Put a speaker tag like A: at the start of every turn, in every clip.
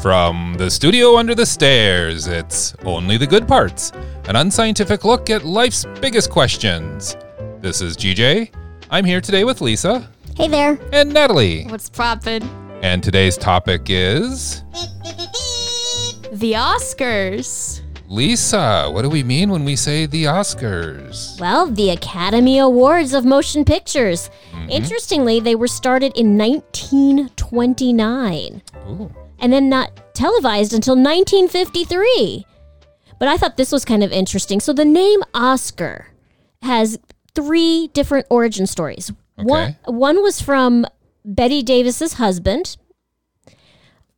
A: From the studio under the stairs, it's Only the Good Parts, an unscientific look at life's biggest questions. This is GJ. I'm here today with Lisa
B: Hey there.
A: and Natalie.
C: What's poppin'?
A: And today's topic is
C: The Oscars.
A: Lisa. What do we mean when we say the Oscars?
B: Well, the Academy Awards of Motion Pictures. Interestingly, they were started in 1929
A: Ooh.
B: and then not televised until 1953. But I thought this was kind of interesting. So the name Oscar has three different origin stories. One, one was from Betty Davis's husband.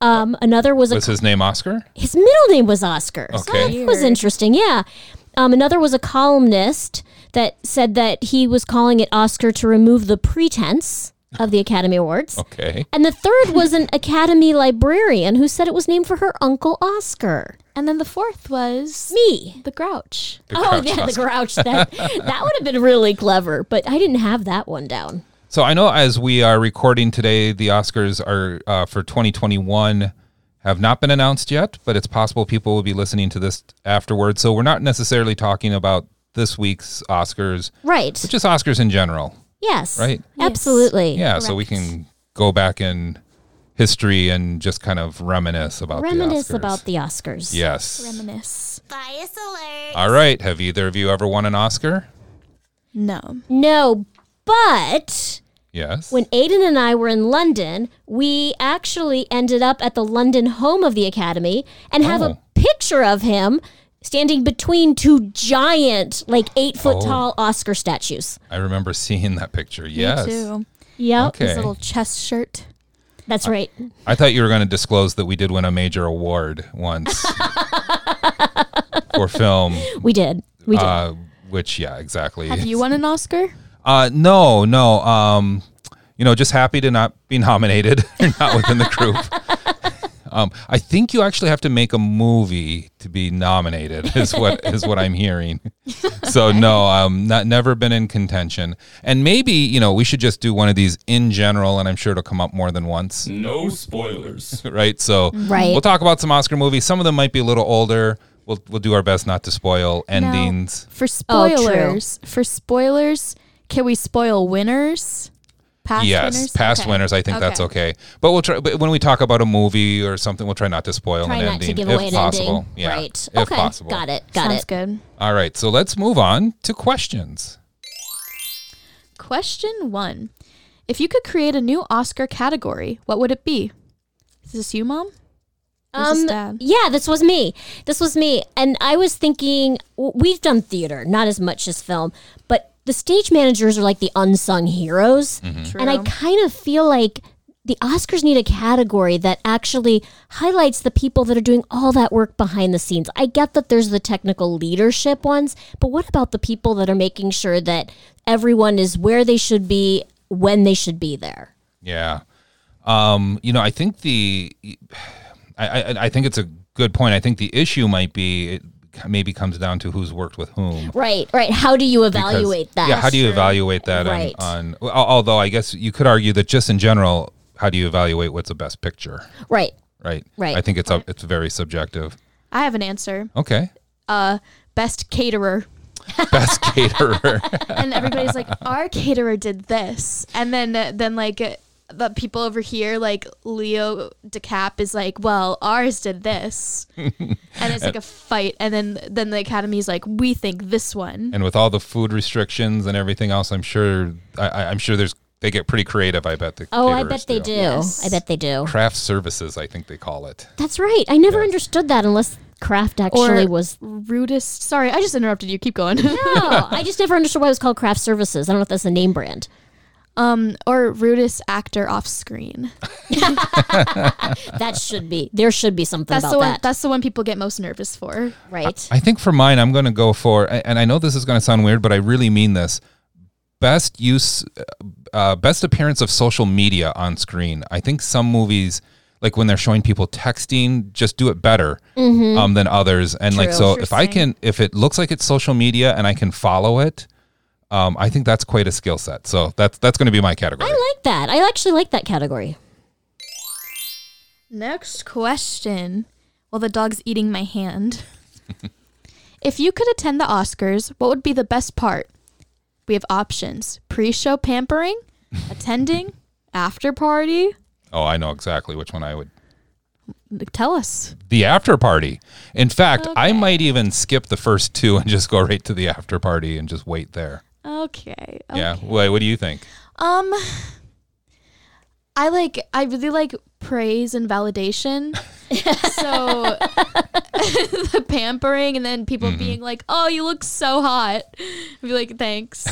B: Um, another was a
A: Was his name Oscar?
B: his middle name was Oscar. So
A: Okay.
B: that was interesting. Yeah. Um, another was a columnist that said that he was calling it Oscar to remove the pretense of the Academy Awards.
A: Okay.
B: And the third was an Academy librarian who said it was named for her uncle Oscar.
C: And then the fourth was
B: Me.
C: The Grouch.
A: The
B: oh,
A: Crouch
B: yeah, the
A: Oscar.
B: grouch. That, that would have been really clever, but I didn't have that one down.
A: So I know as we are recording today, the Oscars are uh, for 2021 have not been announced yet, but it's possible people will be listening to this afterwards. So we're not necessarily talking about this week's Oscars,
B: Right.
A: but just Oscars in general.
B: yes.
A: Right.
B: Absolutely.
A: Yeah, so we can go back in history and just kind of reminisce about
B: Reminisce
A: the Oscars.
B: about the Oscars.
A: yes.
C: Reminisce.
B: Bias alert.
A: All right. Have either of you ever won an Oscar?
C: No.
B: No, but.
A: Yes.
B: When Aiden and I were in London, we actually ended up at the London home of the Academy and have
A: Oh.
B: a picture of him standing between two giant, like eight foot
A: Oh.
B: tall Oscar statues.
A: I remember seeing that picture. Yes.
C: Me too.
B: Yep.
A: Okay. Uh,
C: His little chest shirt.
B: That's right.
A: I thought you were going to disclose that we did win a major award once for film,
B: We did. We did.
A: uh, which yeah, exactly.
C: Have you won an Oscar?
A: Uh, no, no. Um, you know, just happy to not be nominated or not within the group. Um, I think you actually have to make a movie to be nominated. Is what is what I'm hearing. So no, um, not never been in contention. And maybe you know we should just do one of these in general, and I'm sure it'll come up more than once.
D: No spoilers.
A: right? So
B: Right.
A: we'll talk about some Oscar movies. Some of them might be a little older. We'll we'll do our best not to spoil
C: No.
A: endings.
C: For
B: Oh, true.
C: spoilers. for spoilers, can we spoil winners? Past
A: yes,
C: winners?
A: past
C: Okay.
A: winners. I think that's okay. But we'll try. But when we talk about a movie or something, we'll try not to spoil
B: Try
A: an
B: not
A: ending
B: to give
A: if
B: away an
A: possible.
B: ending.
A: Yeah,
B: right.
A: if
B: okay.
A: possible.
B: Got it. Got
C: Sounds
B: it.
C: good.
A: All right. So let's move on to questions.
C: Question one. If you could create a new Oscar category, what would it be? Is this you, Mom? Or is this Dad?
B: Um, yeah, this was me. This was me. And I was thinking, w- we've done theater, not as much as film, but the stage managers are like the unsung heroes.
A: Mm-hmm.
B: And I
C: True.
B: kind of feel like the Oscars need a category that actually highlights the people that are doing all that work behind the scenes. I get that there's the technical leadership ones, but what about the people that are making sure that everyone is where they should be when they should be there?
A: Yeah. Um, you know, I think the, I, I, I think it's a good point. I think the issue might be it maybe comes down to who's worked with whom.
B: Right, right. How do you
A: because-
B: evaluate that?
A: Yeah, how do you evaluate that?
B: Right.
A: On, on al- although I guess you could argue that just in general, how do you evaluate what's a best picture?
B: Right.
A: Right.
B: Right.
A: I think it's a, it's very subjective.
C: I have an answer.
A: Okay.
C: Uh, best caterer.
A: Best caterer.
C: and everybody's like, "Our caterer did this," and then uh, then like uh, the people over here, like Leo DeCap, is like, "Well, ours did this," and it's like a fight, and then then the Academy's like, "We think this one."
A: and with all the food restrictions and everything else, I'm sure I, I- I'm sure there's they get pretty creative. I bet the
B: Oh, I
A: caterers
B: bet they do.
C: Yes.
B: I bet they do.
A: Craft services, I think they call it.
B: That's right. I never understood that unless craft actually was.
C: rudest. Sorry, I just interrupted you. Keep going.
B: No, I just never understood why it was called craft services. I don't know if that's a name brand.
C: um, or rudest actor off screen.
B: That should be. There should be something
C: That's
B: about
C: the one.
B: that.
C: That's the one people get most nervous for.
B: right.
A: I think for mine, I'm going to go for, a- and I know this is going to sound weird, but I really mean this. Best use, uh, best appearance of social media on screen. I think some movies, like when they're showing people texting, just do it better um, than others. And like, so if I can, if it looks like it's social media and I can follow it, um, I think that's quite a skill set. So that's that's going to be my category.
B: I like that. I actually like that category.
C: Next question. Well, the dog's eating my hand. if you could attend the Oscars, what would be the best part? We have options pre show pampering, attending, after party.
A: Oh, I know exactly which one I would.
C: Tell us.
A: The after party. In fact, I might even skip the first two and just go right to the after party and just wait there.
C: Okay.
A: Yeah. Wait, what do you think?
C: Um, I like I really like praise and validation. so the pampering and then people being like, "Oh, you look so hot." I'd be like, "Thanks."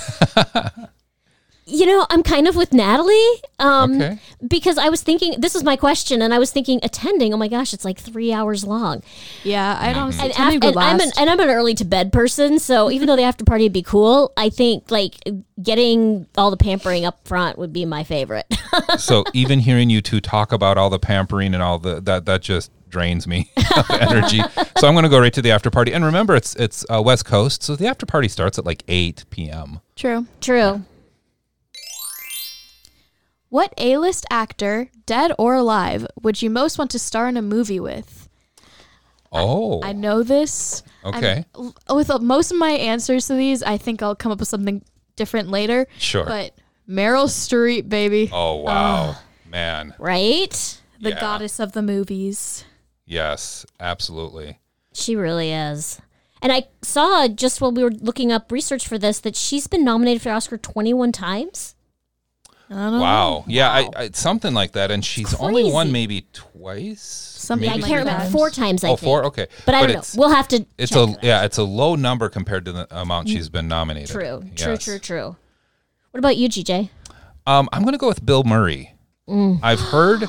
B: You know, I'm kind of with Natalie
C: Mm.
B: um,
A: Okay.
B: because I was thinking this is my question, and I was thinking attending. Oh my gosh, it's like three hours long.
C: Yeah, I don't.
B: And,
C: And,
B: af- and I'm an and I'm an early to bed person, so even though the after party would be cool, I think like getting all the pampering up front would be my favorite.
A: So even hearing you two talk about all the pampering and all the that that just drains me of energy. So I'm going to go right to the after party. And remember, it's it's uh, West Coast, so the after party starts at like 8 p.m.
C: True.
B: True.
C: What A-list actor, dead or alive, would you most want to star in a movie with?
A: Oh,
C: I know this. I'm-
A: Okay.
C: l- with uh, most of my answers to these, I think I'll come up with something different later.
A: Sure.
C: But Meryl Streep, baby,
A: oh wow, man.
B: Right?
C: the
A: yeah.
C: goddess of the movies.
A: Yes, absolutely.
B: She really is. And I saw just while we were looking up research for this that she's been nominated for the Oscar 21 times.
C: I don't know.
A: Wow. Yeah, I, I, something like that. And she's only won
B: crazy.
A: maybe twice.
C: Something
A: maybe
B: I
C: like
B: can't
A: three
B: remember.
A: times?
B: Four times, I
A: Oh,
B: think.
A: four. Okay,
B: But I don't
A: it's,
B: know. We'll have to.
A: It's
B: check
A: a
B: that.
A: yeah, it's a low number compared to the amount she's been nominated.
B: True. True,
A: Yes.
B: true, true. What about you, GJ?
A: Um, I'm going to go with Bill Murray. I've heard,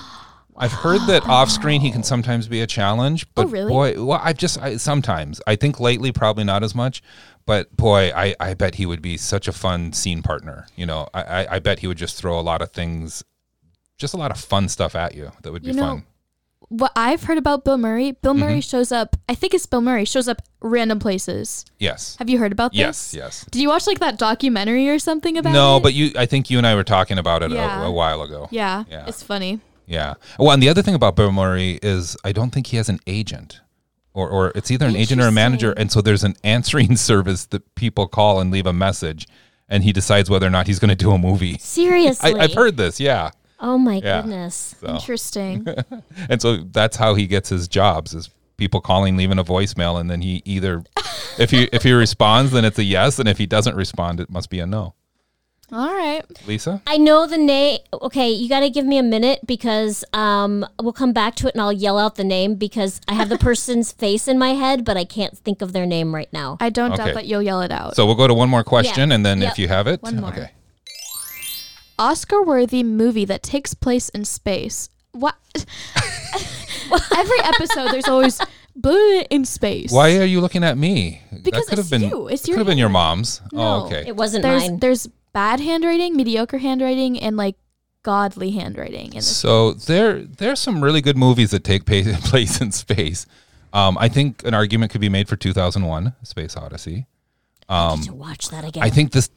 A: I've heard that off screen he can sometimes be a challenge. But
C: Oh, really?
A: boy, well, I've just I, sometimes I think lately probably not as much, but boy, I, I bet he would be such a fun scene partner. You know, I, I I bet he would just throw a lot of things, just a lot of fun stuff at you that would be
C: You know-
A: fun. Mm-hmm.
C: What I've heard about Bill Murray, Bill Murray shows up. I think it's Bill Murray shows up random places.
A: Yes.
C: Have you heard about
A: Yes.
C: this?
A: Yes.
C: Did you watch like that documentary or something about
A: No,
C: it?
A: but you. I think you and I were talking about it
C: Yeah.
A: a, a while ago.
C: yeah,
A: Yeah.
C: it's funny.
A: Yeah. Well, and the other thing about Bill Murray is I don't think he has an agent. Or, or it's either an agent or a manager. And so there's an answering service that people call and leave a message, and he decides whether or not he's going to do a movie. I,
B: Seriously.
A: I've heard this, yeah.
B: Oh my
A: Yeah.
B: goodness.
A: So,
C: Interesting.
A: and so that's how he gets his jobs is people calling, leaving a voicemail, and then he either, if he if he responds, then it's a yes, and if he doesn't respond, it must be a no.
C: All right.
A: Lisa,
B: I know the name. Okay, you got to give me a minute because um, we'll come back to it and I'll yell out the name because I have the person's face in my head, but I can't think of their name right now.
C: I don't
A: Okay.
C: doubt that you'll yell it out.
A: so we'll go to one more question, and then
B: Yep.
A: if you have it,
C: One more.
A: okay.
C: Oscar-worthy movie that takes place in space. What? Every episode, there's always bleh in space.
A: Why are you looking at me?
C: Because
A: could have
C: it's
A: been,
C: you. It's
A: that
C: your
A: could have been your mom's.
C: No.
A: oh, okay.
B: It wasn't
C: There's
B: mine.
C: there's bad handwriting, mediocre handwriting, and like godly handwriting. In this.
A: So there, there's some really good movies that take pa- place in space. Um, I think an argument could be made for 2001: A Space Odyssey.
B: I need to watch that again.
A: Um, I think this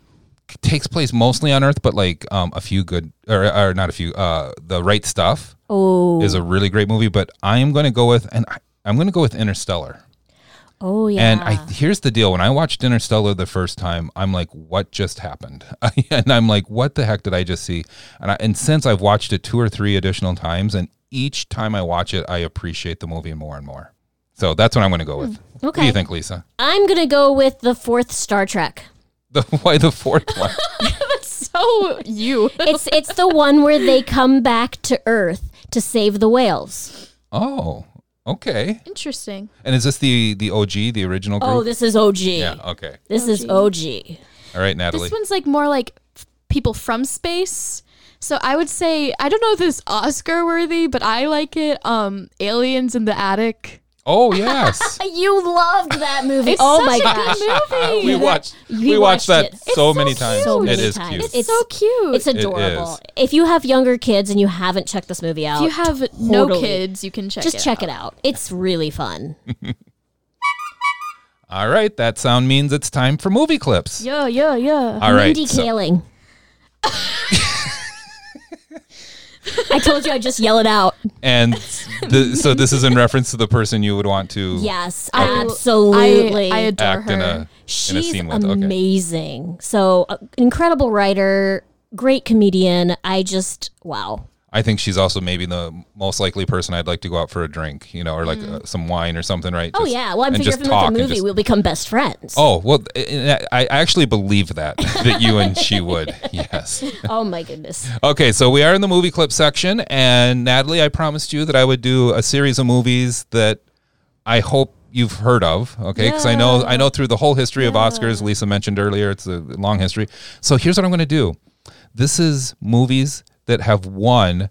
A: k- takes place mostly on Earth, but like um, a few good, or, or not a few. Uh, the Right Stuff
B: oh,
A: is a really great movie, but I am going to go with, and I, I'm going to go with Interstellar.
B: oh yeah.
A: And I here's the deal: when I watched Interstellar the first time, I'm like, "What just happened?" and I'm like, "What the heck did I just see?" And I, and since I've watched it two or three additional times, and each time I watch it, I appreciate the movie more and more. So that's what I'm going to go with. What do
B: okay.
A: you think, Lisa?
B: I'm gonna go with the fourth Star Trek.
A: The why the fourth one?
C: So you.
B: It's it's the one where they come back to Earth to save the whales.
A: Oh, okay.
C: Interesting.
A: And is this the the OG, the original group?
B: Oh, this is OG.
A: yeah. Okay.
B: This is OG.
A: All right, Natalie.
C: This one's like more like f- people from space. So I would say I don't know if it's Oscar worthy, but I like it. Um, Aliens in the Attic.
A: oh yes.
B: You loved that movie.
C: It's
B: oh
C: such
B: my
C: a
B: gosh.
C: good movie.
A: we watched
B: We
A: we, watched,
B: watched
A: that
B: it.
A: so
C: It's
A: many
C: so
A: times.
B: So
A: it
B: many
A: is
B: times.
A: cute.
C: It's, so cute.
B: It's adorable.
A: is.
B: If you have younger kids and you haven't checked this movie out,
C: if you have no
B: Totally.
C: kids, you can check
B: just
C: it
B: check it out. It's really fun.
A: All right, that sound means it's time for movie clips.
C: Yeah, yeah, yeah.
A: All right.
B: Mindy
A: so-
B: Kaling. I told you I'd just yell it out.
A: and the, so this is in reference to the person you would want to.
B: Yes, absolutely.
C: I, I adore
A: Act
C: her.
A: in a- in a
B: She's
A: scene with. Okay.
B: amazing. So uh, incredible writer, great comedian. I just wow.
A: I think she's also maybe the most likely person I'd like to go out for a drink, you know, or like uh, some wine or something, right?
B: Mm. Oh
A: Just-
B: yeah. Well, I'm
A: and
B: figuring
A: just
B: if we make a
A: talk and
B: movie,
A: just-
B: we'll become best friends. Oh,
A: Oh well, I I actually believe that that you and she would. Yes.
C: Oh
B: my goodness.
A: Okay, so we are in the movie clip section, and Natalie, I promised you that I would do a series of movies that I hope you've heard of. Okay, because I know I know through the whole history of Oscars, Lisa mentioned earlier, it's a long history. So here's what I'm going to do. This is movies that have won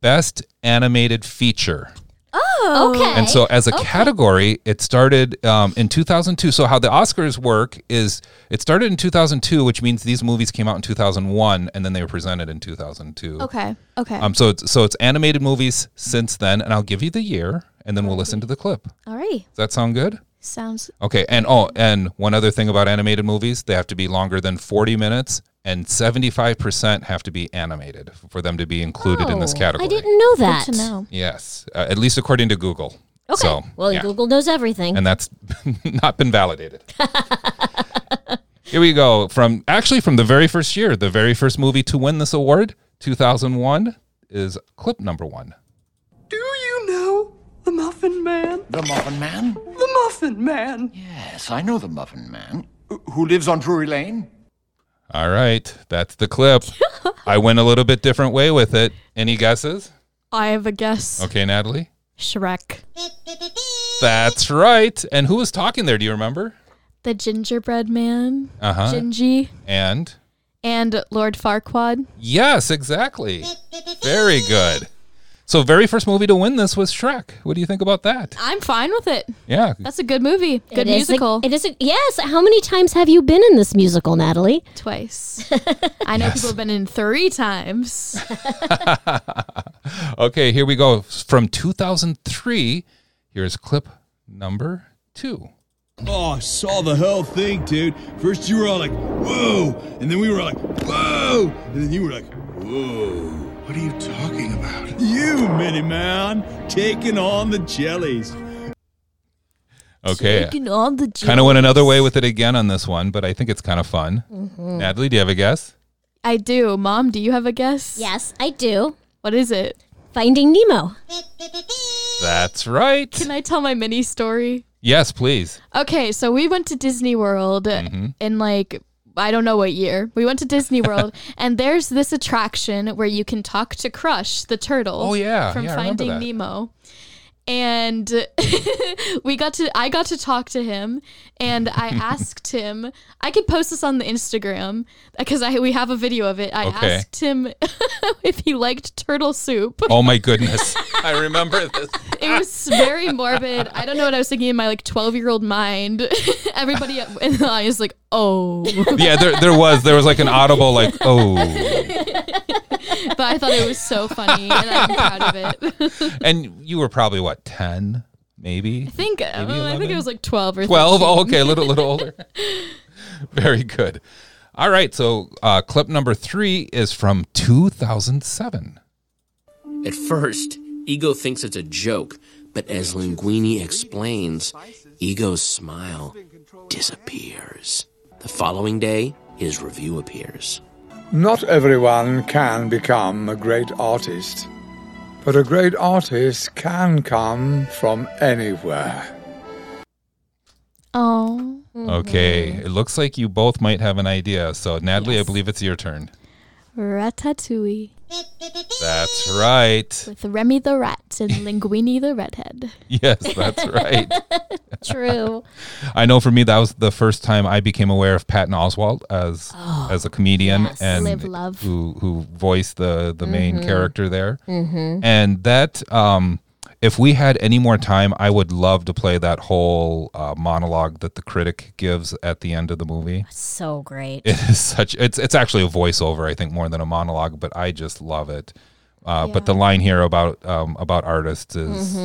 A: best animated feature.
B: okay.
A: And so, as a category, it started um, in 2002. So, how the Oscars work is it started in 2002, which means these movies came out in 2001, and then they were presented in 2002.
C: Okay. Okay.
A: Um. So, it's, so it's animated movies since then, and I'll give you the year, and then we'll listen to the clip. Does
C: Alrighty.
A: that sound good?
C: Sounds
A: Okay. And oh, and one other thing about animated movies, they have to be longer than 40 minutes, and 75% have to be animated for them to be included in this
B: Oh,
A: category.
B: I didn't know that.
C: good to know.
A: Yes, uh, at least according to Google.
B: Okay.
A: So,
B: well,
A: Oh, yeah
B: Google knows everything.
A: and that's not been validated. Here we go from actually from the very first year, the very first movie to win this award, 2001 is clip number 1.
D: Do you know the Muffin Man?
E: The Muffin Man?
D: The Muffin Man.
E: Yes, I know the Muffin Man. Who lives on Drury Lane?
A: All right, that's the clip. I went a little bit different way with it. Any guesses?
C: I have a guess.
A: Okay, Natalie.
C: Shrek.
A: That's right. And who was talking there, do you remember?
C: The gingerbread man.
A: Uh-huh.
C: Gingy.
A: And
C: And Lord Farquaad.
A: yes, exactly. Very good. So very first movie to win this was Shrek. What do you think about that?
C: I'm fine with it.
A: Yeah.
C: That's a good movie. Good
B: It is a-
C: musical.
B: it is. A, yes. How many times have you been in this musical, Natalie?
C: Twice. I know people have been in three times.
A: Okay, here we go. From 2003, here's clip number two.
F: Oh, I saw the whole thing, dude. First you were all like, whoa, and then we were all like, whoa, and then you were like, whoa. What are you talking about? You, Minnie Man, taking on the jellies.
A: Okay.
C: all the
A: Kind of went another way with it again on this one, but I think it's kind of fun.
C: Mm-hmm.
A: Natalie, do you have a guess?
C: I do. Mom, do you have a guess?
B: Yes, I do.
C: What is it?
B: Finding Nemo.
A: That's right.
C: Can I tell my mini story?
A: yes, please.
C: Okay, so we went to Disney World
A: Mm-hmm.
C: in like I don't know what year. We went to Disney World and there's this attraction where you can talk to Crush the turtle.
A: Oh, yeah.
C: From
A: Yeah, I remember
C: Finding
A: that.
C: Nemo. And we got to I got to talk to him and I asked him I could post this on the Instagram because I we have a video of it. I
A: Okay.
C: asked him if he liked turtle soup.
A: Oh my goodness. I remember this.
C: It was very morbid. I don't know what I was thinking in my like 12 year old mind. Everybody at- in the audience is like, oh.
A: Yeah, there, there was. There was like an audible, like, oh.
C: But I thought it was so funny and I'm proud of it.
A: And you were probably, what, 10, maybe?
C: I think, oh, I think
A: 11?
C: it was like 12 or
A: 12
C: 13.
A: oh, okay a little little older very good all right so uh, clip number three is from 2007
G: At first, Ego thinks it's a joke, but as Linguini explains, Ego's smile disappears. The following day, his review appears.
H: Not everyone can become a great artist, but a great artist can come from anywhere.
C: Oh.
A: okay it looks like you both might have an idea so natalie i believe it's your turn
C: Ratatouille
A: that's right
C: with Remy the rat and Linguini the redhead.
A: yes that's right
B: True.
A: i know for me that was the first time i became aware of patton oswalt as
C: Oh,
A: as a comedian
B: yes.
A: and
B: Live, love.
A: who who voiced the the main
C: Mm-hmm.
A: character there and that um if we had any more time i would love to play that whole uh, monologue that the critic gives at the end of the movie
B: so great.
A: it is such it's it's actually a voiceover i think more than a monologue but i just love it uh, but the line here about um, about artists is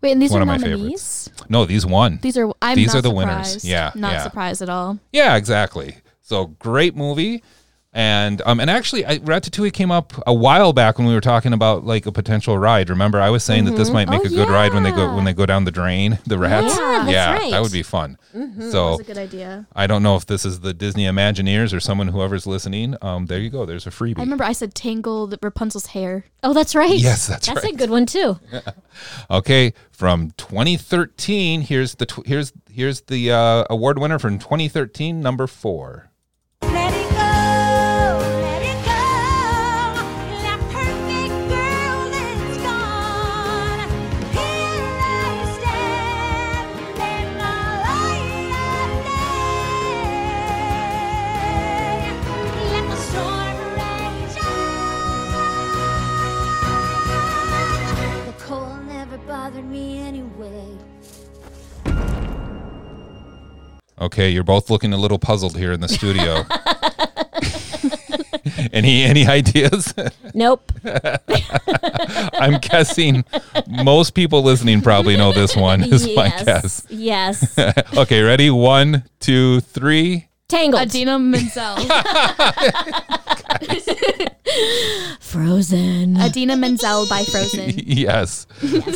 C: Wait, and these
A: One
C: are
A: of my
C: nominees?
A: no these won
C: Mm-hmm. These are, I'm
A: These
C: not
A: are the winners.
C: surprised.
A: Yeah,
C: Not
A: yeah.
C: surprised at all.
A: yeah exactly so great movie And um, and actually, I, Ratatouille came up a while back when we were talking about like a potential ride. Remember, I was saying that this might make
B: Oh,
A: a good ride when they go
B: yeah.
A: when they go down the drain, the rats.
B: Yeah, that's right. Mm-hmm.
A: that would be fun. So
C: That's a good idea.
A: I don't know if this is the Disney Imagineers or someone whoever's listening. Um, there you go. There's a freebie.
C: I remember I said tangled Rapunzel's hair.
B: Oh, that's right.
A: Yes, that's
B: That's
A: right.
B: a good one too.
A: Okay, from 2013. Here's the tw- here's here's the uh, award winner from 2013, number four.
I: Let it go, let it go. That perfect girl is gone. Here I stand, and all I am there. Let the storm rage on. The cold never bothered me anyway.
A: Okay, you're both looking a little puzzled here in the studio. any any ideas?
B: Nope.
A: I'm guessing most people listening probably know this one. Is my guess.
B: yes. Yes.
A: okay, ready? One, two, three.
B: Tangled.
C: Adina Menzel.
B: Frozen.
C: Adina Menzel by Frozen.
A: yes,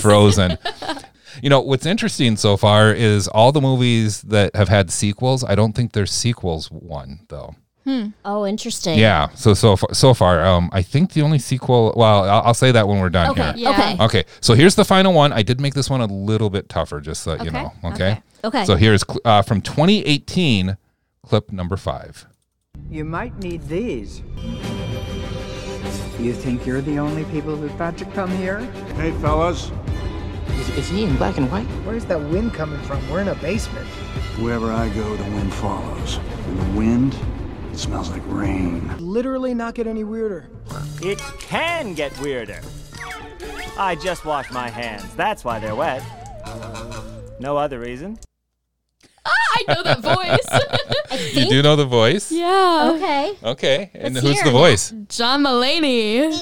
A: Frozen. you know what's interesting so far is all the movies that have had sequels. I don't think there's sequels one though.
B: oh, interesting.
A: Yeah. So so far, so far, um, I think the only sequel. Well, I'll, I'll say that when we're done
B: Okay.
A: here.
C: Yeah.
B: Okay.
A: Okay. So here's the final one. I did make this one a little bit tougher, just so that you
C: Okay.
A: know. Okay.
B: Okay.
A: So here's cl- uh, from 2018, clip number five.
J: You might need these. You think you're the only people who've got to come here?
F: Hey, fellas,
E: Is, is he in black and white?
J: Where's that wind coming from? We're in a basement.
F: wherever I go, the wind follows. And the wind it smells like rain.
J: Literally not get any weirder.
I: It can get weirder. I just washed my hands. That's why they're wet. No other reason.
C: I know that voice.
A: You do know the voice?
C: yeah.
B: Okay.
A: Okay. And
B: Let's
A: who's
B: hear
A: the
B: it.
A: voice?
C: John Mulaney.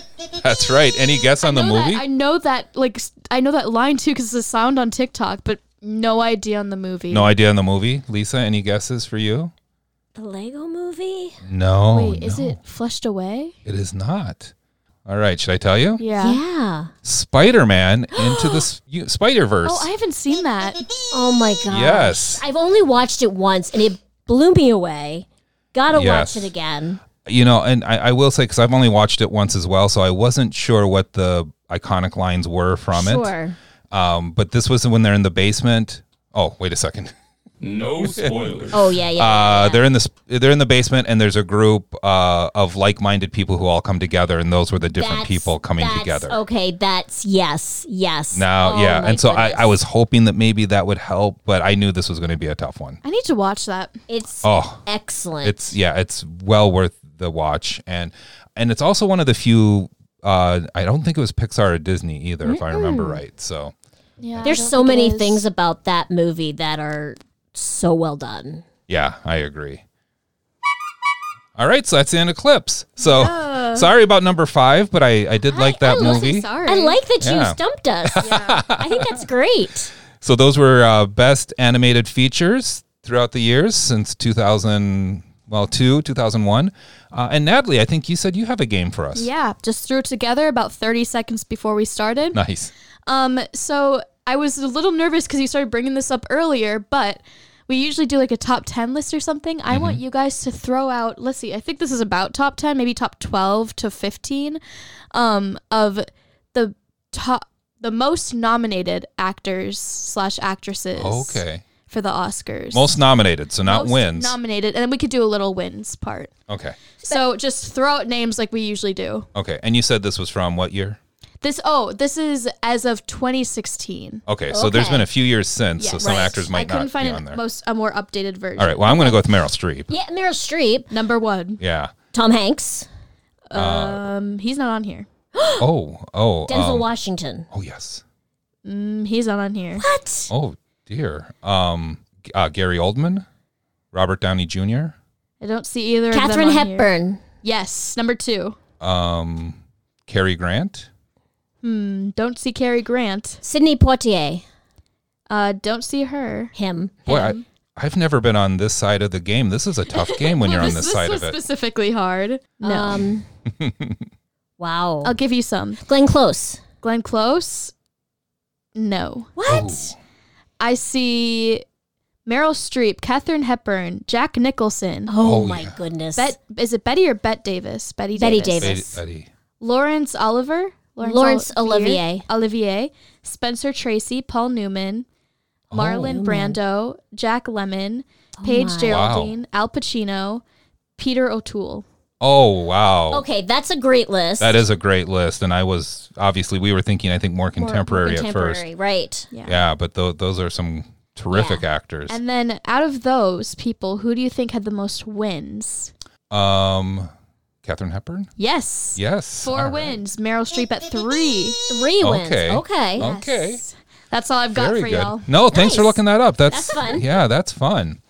A: That's right. Any guess on the
C: know that-
A: movie?
C: I know that like s- I know that line too because it's a sound on TikTok, but no idea on the movie.
A: no idea on the movie. Lisa, any guesses for you?
B: The Lego movie?
A: No.
C: Wait, is
A: Oh, no.
C: it flushed away?
A: It is not. All right. Should I tell you?
C: Yeah.
B: Yeah.
A: Spider Man into the Spider Verse.
C: Oh, I haven't seen that.
B: Oh my gosh.
A: Yes.
B: I've only watched it once and it blew me away. Gotta
A: Yes.
B: watch it again.
A: you know, and I, I will say because I've only watched it once as well, so I wasn't sure what the iconic lines were from it.
B: Sure.
A: Um, but this was when they're in the basement. Oh, wait a second.
F: No spoilers.
B: Oh yeah, yeah.
A: Uh, they're in this. They're in the basement, and there's a group uh, of like-minded people who all come together, and those were the different
B: That's-
A: people coming
B: that's-
A: together.
B: Okay, that's yes, yes.
A: Now,
B: Oh,
A: yeah,
B: my
A: and so I,
B: goodness.
A: I was hoping that maybe that would help, but I knew this was going to be a tough one.
C: I need to watch that.
B: It's
A: Oh,
B: excellent.
A: it's yeah it's well worth the watch and and it's also one of the few uh i don't think it was pixar or disney either if i remember right so
C: Yeah.
B: There's so many things about that movie that are so well done.
A: yeah i agree all right so that's the end of clips so sorry about number five but i i did like that movie
C: Sorry.
B: I like that you
A: Yeah.
B: stumped us. I think that's great.
A: so those were uh best animated features throughout the years since 2000 well two 2001 uh, and natalie i think you said you have a game for us
C: Yeah, just threw it together about 30 seconds before we started.
A: nice
C: Um, so I was a little nervous because you started bringing this up earlier, but we usually do like a top 10 list or something. I want
A: Mm-hmm.
C: you guys to throw out, let's see, I think this is about top 10, maybe top 12 to 15 um, of the top, the most nominated actors slash actresses
A: okay
C: for the Oscars.
A: most nominated so not
C: Most
A: wins
C: Nominated. And then we could do a little wins part.
A: okay
C: So just throw out names like we usually do.
A: Okay, and you said this was from what year?
C: This oh, this is as of 2016.
A: Okay, so there's
B: Okay.
A: been a few years since, so
C: Yes.
A: some
C: Right.
A: actors
C: I
A: might
C: couldn't
A: not
C: find
A: be
C: a
A: on there.
C: most a more updated version.
A: All right, well, I'm going to go with Meryl Streep.
B: Yeah, Meryl Streep,
C: Number one,
A: Yeah.
B: Tom Hanks,
A: Uh,
C: um, he's not on here.
A: Oh, oh,
B: Denzel
A: um,
B: Washington.
A: oh yes.
C: Mm, He's not on here.
B: What?
A: Oh dear. Um, G- uh, Gary Oldman, Robert Downey Jr.
C: I don't see either.
B: Katherine
C: of them on here.
B: Hepburn.
C: Yes, number two.
A: Um, Cary Grant.
C: Mm, Don't see Cary Grant.
B: Sydney Poitier.
C: Uh, don't see her.
B: Him.
A: Boy, I, I've never been on this side of the game. This is a tough game when
C: Well,
A: you're on this,
C: this, this
A: side
C: was
A: of it.
C: specifically hard. No.
B: Um, wow.
C: I'll give you some.
B: Glenn Close.
C: Glenn Close? No.
B: What?
C: I see Meryl Streep, Katherine Hepburn, Jack Nicholson.
B: Oh,
A: Oh,
B: my
A: yeah.
B: goodness.
C: Bet, is it Betty or Bet Davis? Betty
B: Bette
C: Davis.
B: Davis.
A: Betty,
B: Yes.
A: Betty.
C: Lawrence Oliver.
B: Laurence
C: Olivier-
B: Olivier.
C: Olivier. Spencer Tracy, Paul Newman, Marlon
B: Newman.
C: Brando, Jack Lemon,
B: Oh
C: Paige
B: my.
C: Geraldine, Al Pacino, Peter O'Toole.
A: Oh wow.
B: Okay, that's a great list.
A: That is a great list, and I was obviously we were thinking I think more
C: more
A: contemporary, at first.
B: Contemporary, right.
C: Yeah.
A: Yeah, but tho- those are some terrific actors.
C: And then out of those people, who do you think had the most wins?
A: um, Catherine Hepburn.
C: Yes.
A: Yes,
C: Four
A: all right.
C: wins. Meryl Streep at three.
B: Three wins.
A: Okay. Oh.
B: Okay.
A: Okay.
C: That's all I've got
A: Very
C: for
A: good.
C: y'all.
A: No, thanks for
B: Nice.
A: looking that up. That's,
B: That's fun.
A: Yeah, that's fun.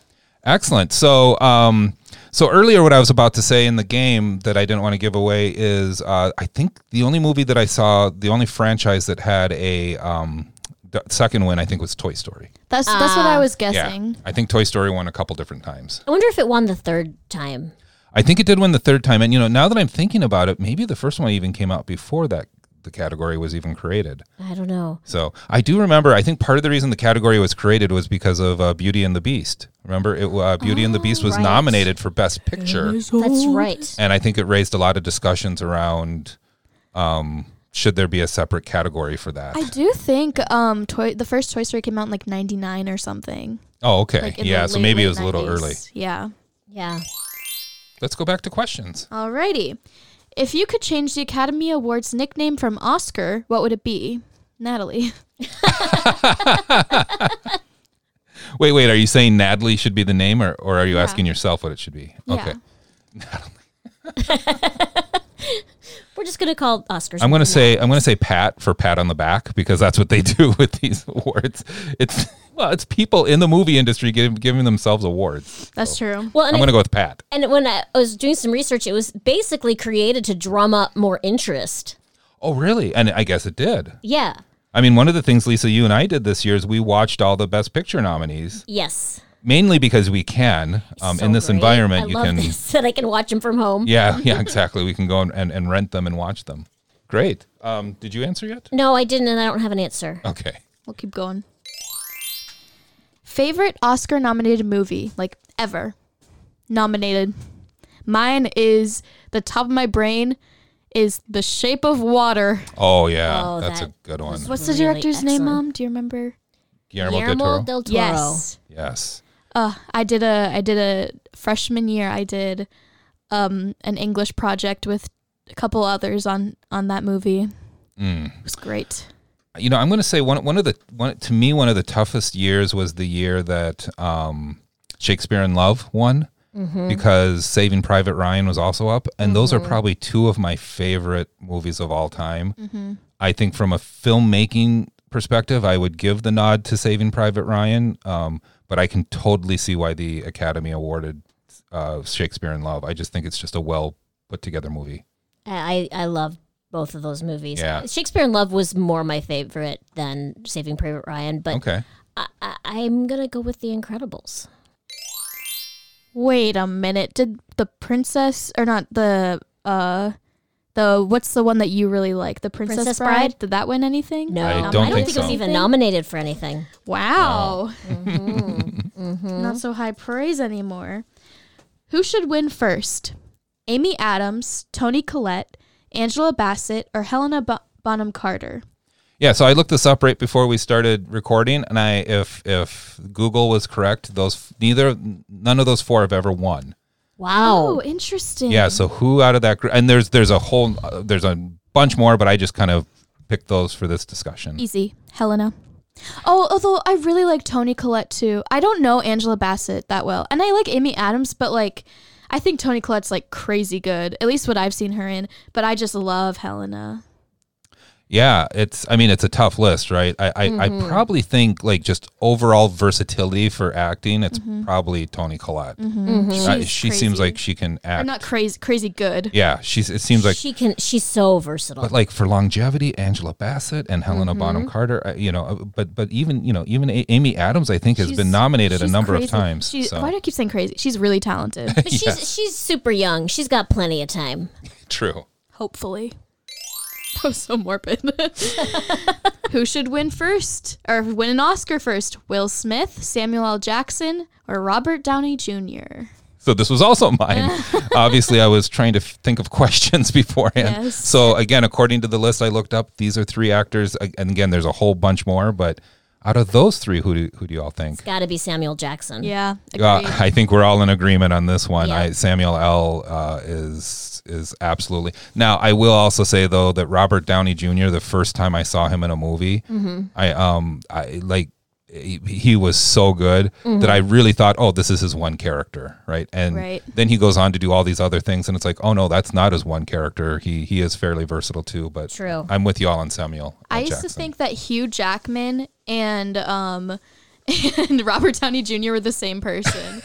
A: Excellent. So, um, so earlier, what I was about to say in the game that I didn't want to give away is, uh, I think the only movie that I saw, the only franchise that had a um, d- second win, I think was Toy Story.
C: That's that's what I was guessing.
A: Yeah, I think Toy Story won a couple different times.
B: I wonder if it won the third time.
A: I think it did win the third time, and you know, now that I'm thinking about it, maybe the first one even came out before that the category was even created.
B: I don't know.
A: So I do remember. I think part of the reason the category was created was because of uh, Beauty and the Beast. Remember, it, uh, Beauty and the Beast
C: Oh,
A: was nominated for Best Picture,
B: That's right.
A: and I think it raised a lot of discussions around um, should there be a separate category for that.
C: I do think um toy the first Toy Story came out in like ninety nine or something.
A: oh, okay,
C: Like in the
A: yeah. So
C: late,
A: maybe
C: late
A: it was a little
C: 90s.
A: early.
C: Yeah.
B: Yeah.
A: Let's go back to questions.
C: Alrighty. If you could change the Academy Awards nickname from Oscar, what would it be? Natalie.
A: Wait, wait. Are you saying Natalie should be the name, or, or are you asking yourself what it should be?
C: Yeah.
A: Okay.
B: We're just going to call Oscars.
A: I'm gonna say I'm gonna say Pat for Pat on the back because that's what they do with these awards. It's well, it's people in the movie industry giving giving themselves awards.
C: That's true.
B: Well, and,
A: I'm
B: it-
A: gonna go with Pat.
B: and when I was doing some research, it was basically created to drum up more interest.
A: Oh, really? And I guess it did.
B: Yeah.
A: I mean, one of the things Lisa, you and I did this year is we watched all the Best Picture nominees,
B: Yes.
A: mainly because we can. Um,
B: So
A: in this
B: great.
A: environment,
B: I
A: you
B: love
A: can.
B: this, that I can watch them from home.
A: Yeah, yeah, exactly. We can go and, and, and rent them and watch them. Great. Um, did you answer yet?
B: No, I didn't, and I don't have an answer.
A: Okay.
C: We'll keep going. Favorite Oscar nominated movie, like ever nominated. Mine is the top of my brain is The Shape of Water.
A: Oh yeah,
B: Oh,
A: that's
B: that
A: a good one.
B: was
C: What's the
B: Really
C: director's name,
B: excellent. Oh.
C: Mom? Do you remember?
A: Guillermo, del Toro.
B: del Toro.
C: Yes.
A: yes.
C: Uh, I did a I did a freshman year. I did um, an English project with a couple others on on that movie. It was great.
A: you know, I'm going to say one one of the one to me one of the toughest years was the year that um, Shakespeare in Love won because Saving Private Ryan was also up, and those are probably two of my favorite movies of all time. I think from a filmmaking perspective, I would give the nod to Saving Private Ryan, um, but I can totally see why the Academy awarded uh, Shakespeare in Love. I just think it's just a well put together movie.
B: I I I love both of those movies.
A: Yeah.
B: Shakespeare in Love was more my favorite than Saving Private Ryan, but
A: Okay,
B: I, I, I'm gonna go with The Incredibles.
C: Wait a minute. Did the princess or not the uh the what's the one that you really like? The Princess,
B: Princess
C: Bride?
B: Bride?
C: Did that win anything?
B: No, Um,
A: I don't think
B: it was
A: so.
B: even nominated for anything.
C: Wow.
A: Mm-hmm.
C: Not so high praise anymore. Who should win first? Amy Adams, Tony Collette, Angela Bassett, or Helena Bo- Bonham Carter?
A: Yeah, so I looked this up right before we started recording, and I if if Google was correct, those neither none of those four have ever won. Oh.
B: Wow.
C: Oh, interesting.
A: Yeah, so who out of that group? And there's there's a whole uh, there's a bunch more, but I just kind of picked those for this discussion.
C: Easy. Helena. Oh, although I really like Tony Collette too. I don't know Angela Bassett that well. And I like Amy Adams, but like I think Tony Collette's like crazy good. At least what I've seen her in, but I just love Helena.
A: Yeah, it's. I mean, it's a tough list, right? I, I, I
B: Mhm.
C: Mm-hmm.
A: probably think like just overall versatility for acting. It's
C: Mhm.
A: probably Tony Collette.
C: Mhm.
A: She- I-
C: She's
A: Mm-hmm. she seems
C: crazy.
A: like she can
C: Or
A: act.
C: not crazy, crazy good.
A: yeah, she's. It seems like.
B: she can. She's so versatile.
A: but like for longevity, Angela Bassett and Helena
C: Mm-hmm.
A: Bonham
B: Mhm.
A: Carter, uh, you know, uh, but but even you know even A- Amy Adams, I think, has been
C: She's-
A: nominated a
C: she's
A: number
C: crazy.
A: of times.
C: She-
A: so
C: Why do I keep saying crazy? She's really talented.
B: But she's she's super young. She's got plenty of time.
A: true.
C: Hopefully. That was so morbid. Who should win first? Or win an Oscar first? Will Smith, Samuel L. Jackson, or Robert Downey Jr.?
A: So this was also mine. Obviously, I was trying to f- think of questions beforehand.
C: Yes.
A: So again, according to the list I looked up, these are three actors, A- and again, there's a whole bunch more. But out of those three, who do who do you all think?
B: It's got to be Samuel Jackson.
C: Yeah.
A: Uh, I think we're all in agreement on this one.
B: Yeah.
A: I, Samuel L. Uh, is is absolutely. Now, I will also say though that Robert Downey Jr. The first time I saw him in a movie,
C: Mm-hmm.
B: Mhm.
A: I um I like he, he was so good that
B: Mhm.
A: I
C: Mm-hmm.
A: really thought, oh, this is his one character, right? And
B: Right.
A: then he goes on to do all these other things, and it's like, oh no, that's not his one character. He he is fairly versatile too. But
C: True.
A: I'm with you all on Samuel. L.
C: I used
A: Jackson.
C: to think that Hugh Jackman and um and Robert Downey Jr. were the same person.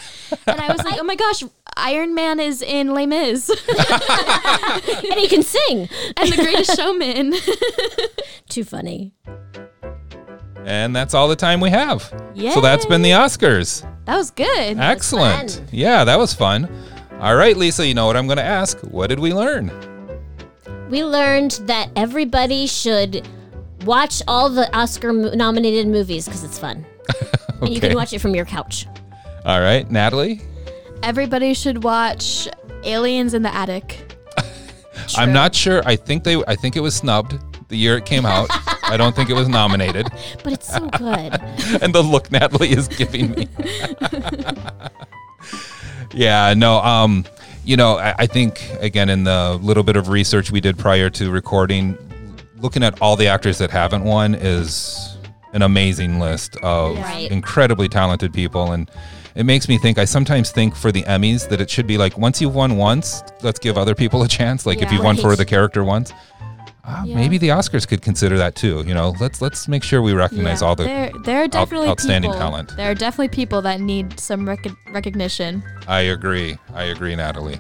C: and I was like, oh my gosh, Iron Man is in Les Mis. and
B: he can sing.
C: And the greatest showman.
B: Too funny.
A: and that's all the time we have.
C: Yay.
A: So that's been the Oscars.
C: That was good.
A: Excellent. Yeah, that was fun. All right, Lisa, you know what I'm going to ask. What did we learn?
B: We learned that everybody should watch all the Oscar mo- nominated movies because it's fun. And you
A: Okay.
B: can watch it from your couch.
A: All right, Natalie.
C: Everybody should watch Aliens in the Attic.
A: I'm not sure. I think they I think it was snubbed the year it came out. I don't think it was nominated.
B: But it's so good.
A: and the look Natalie is giving me. yeah, no, um, you know, I, I think again in the little bit of research we did prior to recording, looking at all the actors that haven't won is an amazing list of
B: Yeah. Right.
A: incredibly talented people and it makes me think I sometimes think for the Emmys that it should be like once you've won once, let's give other people a chance. Like if
B: Yeah.
A: you've won for
B: Right.
A: the character once. ah, Maybe the Oscars could consider that too. You know, let's let's make sure we recognize all the
C: there, there are
A: out-
C: definitely
A: outstanding
C: people-
A: talent.
C: There are definitely people that need some rec- recognition.
A: I agree. I agree, Natalie.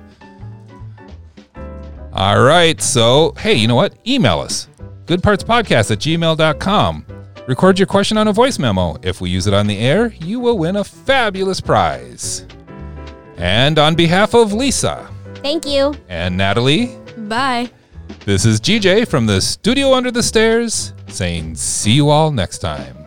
A: All right. So, hey, you know what? Email us goodpartspodcast at gmail.com. Record your question on a voice memo. If we use it on the air, you will win a fabulous prize. And on behalf of Lisa
B: Thank you.
A: and Natalie,
C: Bye.
A: this is GJ from the studio under the stairs saying, see you all next time.